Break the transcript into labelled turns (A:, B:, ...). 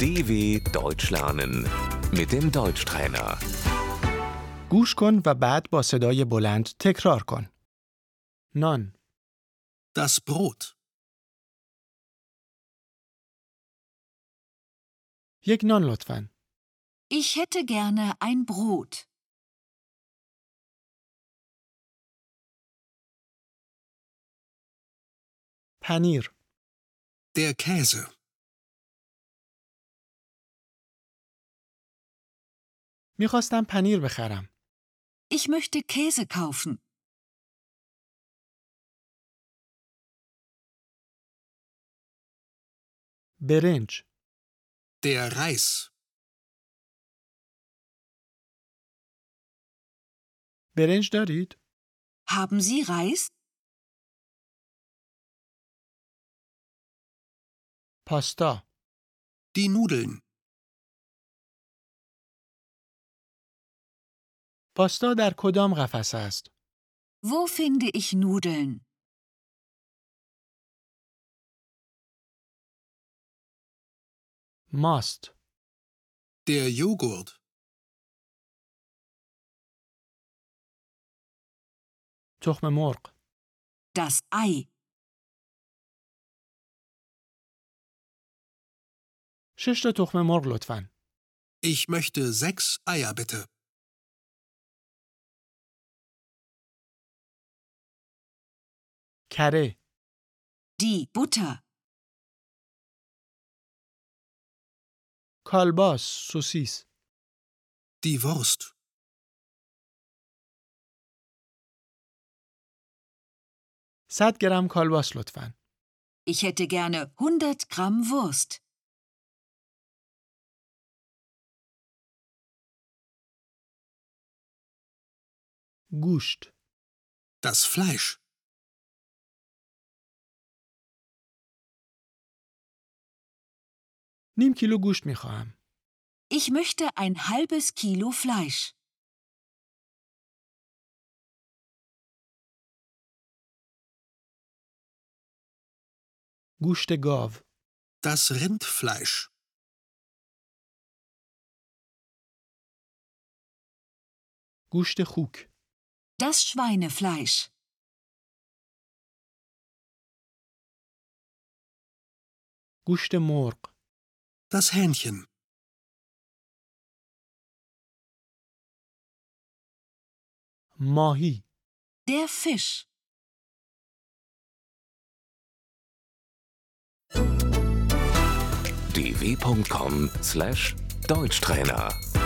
A: DW Deutsch lernen mit dem Deutschtrainer.
B: گوش کن و بعد با صدای بلند تکرار کن. نان،
C: Das Brot.
B: یک نان لطفاً.
D: Ich hätte gerne ein Brot.
B: پنیر،
C: Der Käse.
B: میخواستم پنیر بخرم.
D: Ich möchte Käse kaufen.
B: برنج،
C: Der Reis.
B: برنج دارید؟
D: Haben Sie Reis?
B: پاستا،
C: Die Nudeln.
B: پاستا در کدام قفس است؟
D: Wo finde ich Nudeln?
B: ماست،
C: Der Joghurt.
B: تخم مرغ،
D: Das Ei.
B: شش تا تخم مرغ لطفاً.
C: Ich möchte sechs Eier bitte.
B: کره،
D: Die Butter.
B: کالباس، سوسیس،
C: Die Wurst.
B: صد گرم کالباس لطفاً.
D: Ich hätte gerne 100 Gramm Wurst.
B: گوشت،
C: Das Fleisch.
B: نیم کیلو گوشت میخواهم.
D: Ich möchte ein halbes Kilo Fleisch.
B: گوشت گاو،
C: Das Rindfleisch.
B: گوشت خوک،
D: Das Schweinefleisch.
B: گوشت مرغ،
C: Das Hähnchen.
B: ماهی،
D: Der Fisch.
A: dw.com/deutschtrainer